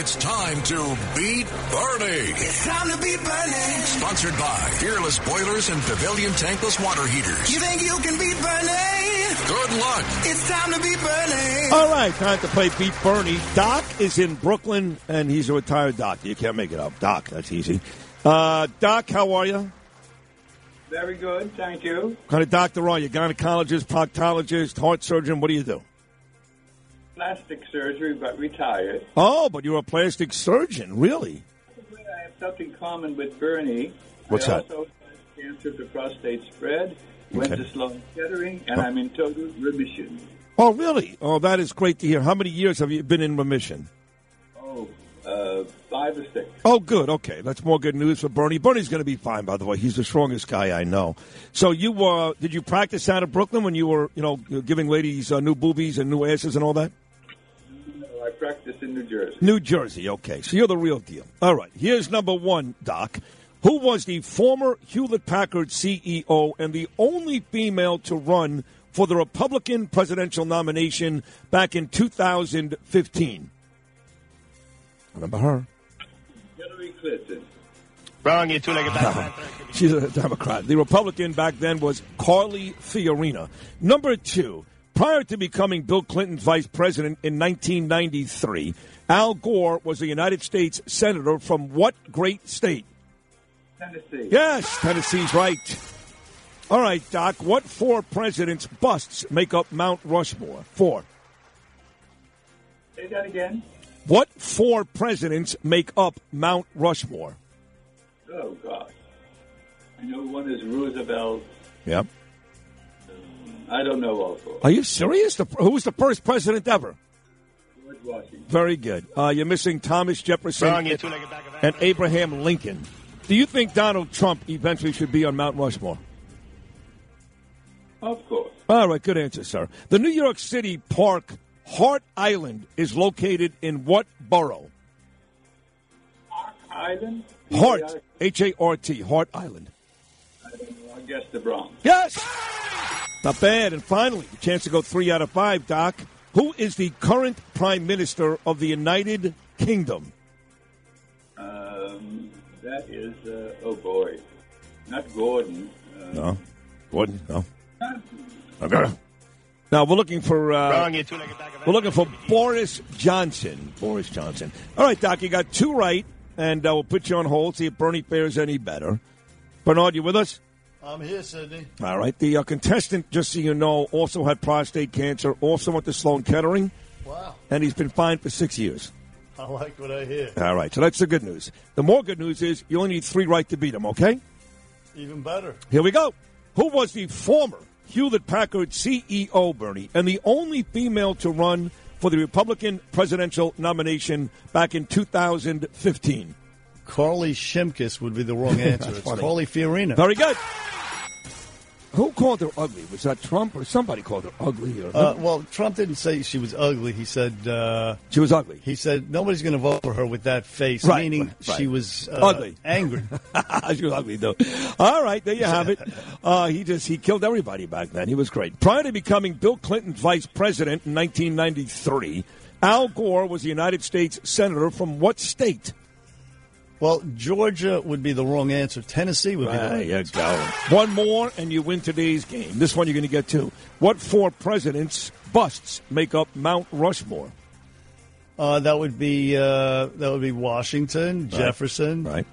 It's time to beat Bernie. It's time to beat Bernie. Sponsored by Fearless Boilers and Pavilion Tankless Water Heaters. You think you can beat Bernie? Good luck. It's time to beat Bernie. All right, time to play Beat Bernie. Doc is in Brooklyn, and he's a retired doctor. You can't make it up. Doc, that's easy. Uh, Doc, how are you? Very good, thank you. What kind of doctor are you? Gynecologist, proctologist, heart surgeon? What do you do? Plastic surgery, but retired. Oh, but you're a plastic surgeon, really? I have something common with Bernie. What's I that? also have cancer to prostate spread, Wenceslao Kettering, and Oh. I'm in total remission. Oh, really? Oh, that is great to hear. How many years have you been in remission? Oh, uh, five or six. Oh, good. Okay, that's more good news for Bernie. Bernie's going to be fine, by the way. He's the strongest guy I know. So, you uh, did you practice out of Brooklyn when you were, you know, giving ladies uh, new boobies and new asses and all that? I practice in New Jersey. New Jersey. Okay, so you're the real deal. All right, here's number one, Doc. Who was the former Hewlett Packard CEO and the only female to run for the Republican presidential nomination back in 2015? Remember her? Hillary Clinton. Wrong, you two-legged bastard. She's a Democrat. The Republican back then was Carly Fiorina. Number two, prior to becoming Bill Clinton's vice president in 1993, Al Gore was a United States senator from what great state? Tennessee. Yes, Tennessee's right. All right, Doc, what four presidents' busts make up Mount Rushmore? Four. Say that again. What four presidents make up Mount Rushmore? Oh, God. I know one is Roosevelt. Yep. I don't know all four. Are you serious? The, who was the first president ever? George Washington. Very good. Uh, you're missing Thomas Jefferson Wrong, you two-legged bag of and Abraham Lincoln. Do you think Donald Trump eventually should be on Mount Rushmore? Of course. All right, good answer, sir. The New York City park Hart Island is located in what borough? Island? Hart, H A R T, Hart Island. I don't know. I guess the Bronx. Yes! Not bad. And finally, a chance to go three out of five, Doc. Who is the current Prime Minister of the United Kingdom? Um, that is, uh, oh boy, not Gordon. Uh, No. Gordon? No. Now, we're looking for. Uh, Wrong, you two-legged bag of We're looking for Boris Johnson. Boris Johnson. All right, Doc, you got two right, and uh, we'll put you on hold, see if Bernie fares any better. Bernard, you with us? I'm here, Sydney. All right. The uh, contestant, just so you know, also had prostate cancer, also went to Sloan Kettering, Wow. and he's been fined for six years. I like what I hear. All right, so that's the good news. The more good news is you only need three right to beat him, okay? Even better. Here we go. Who was the former Hewlett Packard CEO, Bernie, and the only female to run for the Republican presidential nomination back in 2015? Carly Shimkus would be the wrong answer. it's funny. Carly Fiorina. Very good. Who called her ugly? Was that Trump or somebody called her ugly? Or Uh, well, Trump didn't say she was ugly. He said uh, she was ugly. he said nobody's going to vote for her with that face, Right, meaning right, she right. was uh, Ugly. angry. she was ugly, though. All right, there you have it. Uh, he just he killed everybody back then. He was great. Prior to becoming Bill Clinton's vice president in 1993, Al Gore was a United States senator from what state? well, Georgia would be the wrong answer. Tennessee would be the There right. you go. One more, and you win today's game. This one you're going to get two. What four presidents' busts make up Mount Rushmore? Uh, that would be uh, that would be Washington, Jefferson,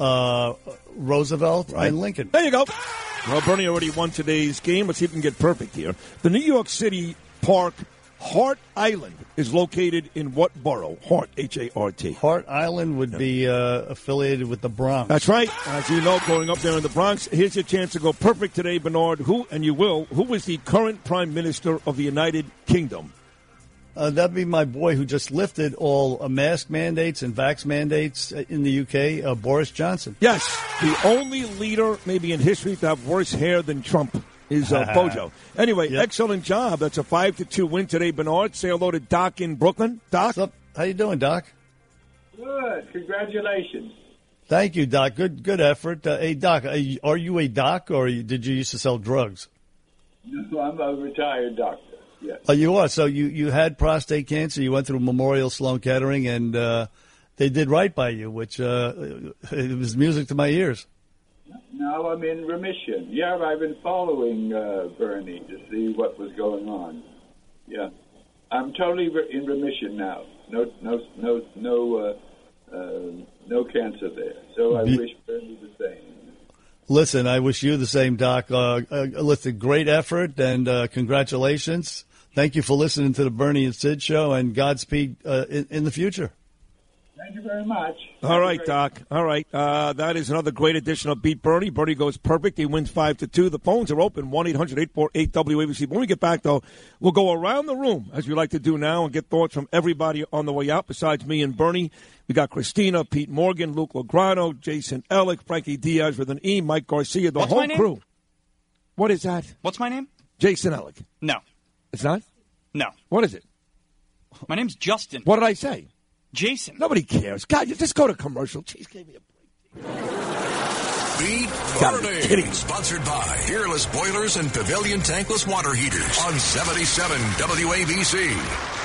uh, Roosevelt, Right. and Lincoln. There you go. Well, Bernie already won today's game. Let's see if we can get perfect here. The New York City Park Hart Island is located in what borough? Hart, H A R T. Hart Island would be uh, affiliated with the Bronx. That's right. As you know, growing up there in the Bronx, here's your chance to go perfect today, Bernard. Who, and you will, who is the current Prime Minister of the United Kingdom? Uh, that'd be my boy who just lifted all uh, mask mandates and vax mandates uh, in the UK, uh, Boris Johnson. Yes, the only leader maybe in history to have worse hair than Trump is uh, Bojo. Anyway, Yep. excellent job. That's a five to two win today, Bernard. Say hello to Doc in Brooklyn. Doc, What's up? How you doing, Doc? Good. Congratulations. Thank you, Doc. Good, good effort. Uh, hey, Doc, are you, are you a doc or you- did you used to sell drugs? No, I'm a retired doctor. Yes. Uh, Oh, you are. So you, you had prostate cancer. You went through Memorial Sloan Kettering, and uh, they did right by you, which uh, it was music to my ears. Now I'm in remission. Yeah, I've been following uh, Bernie to see what was going on. Yeah, I'm totally re- in remission now. No, no, no, no, uh, uh, no cancer there. So I Be- wish Bernie the same. Listen, I wish you the same, Doc. Uh, uh, listen, great effort and uh, congratulations. Thank you for listening to the Bernie and Sid show, and Godspeed uh, in, in the future. Thank you very much. All right, Doc. All right. Uh, that is another great edition of Beat Birdie. Birdie goes perfect. He wins 5 to 2. The phones are open 1 800 848 WABC. When we get back, though, we'll go around the room, as we like to do now, and get thoughts from everybody on the way out besides me and Bernie. We got Christina, Pete Morgan, Luke Lograno, Jason Ellick, Frankie Diaz with an E, Mike Garcia, the What's whole my name? crew. What is that? What's my name? Jason Ellick. No, It's not? no. What is it? My name's Justin. What did I say? Jason. Nobody cares. God, you just go to commercial. Jeez, give me a Beat Gotta be Birdie. kidding. Sponsored by Fearless Boilers and Pavilion Tankless Water Heaters on 77 WABC.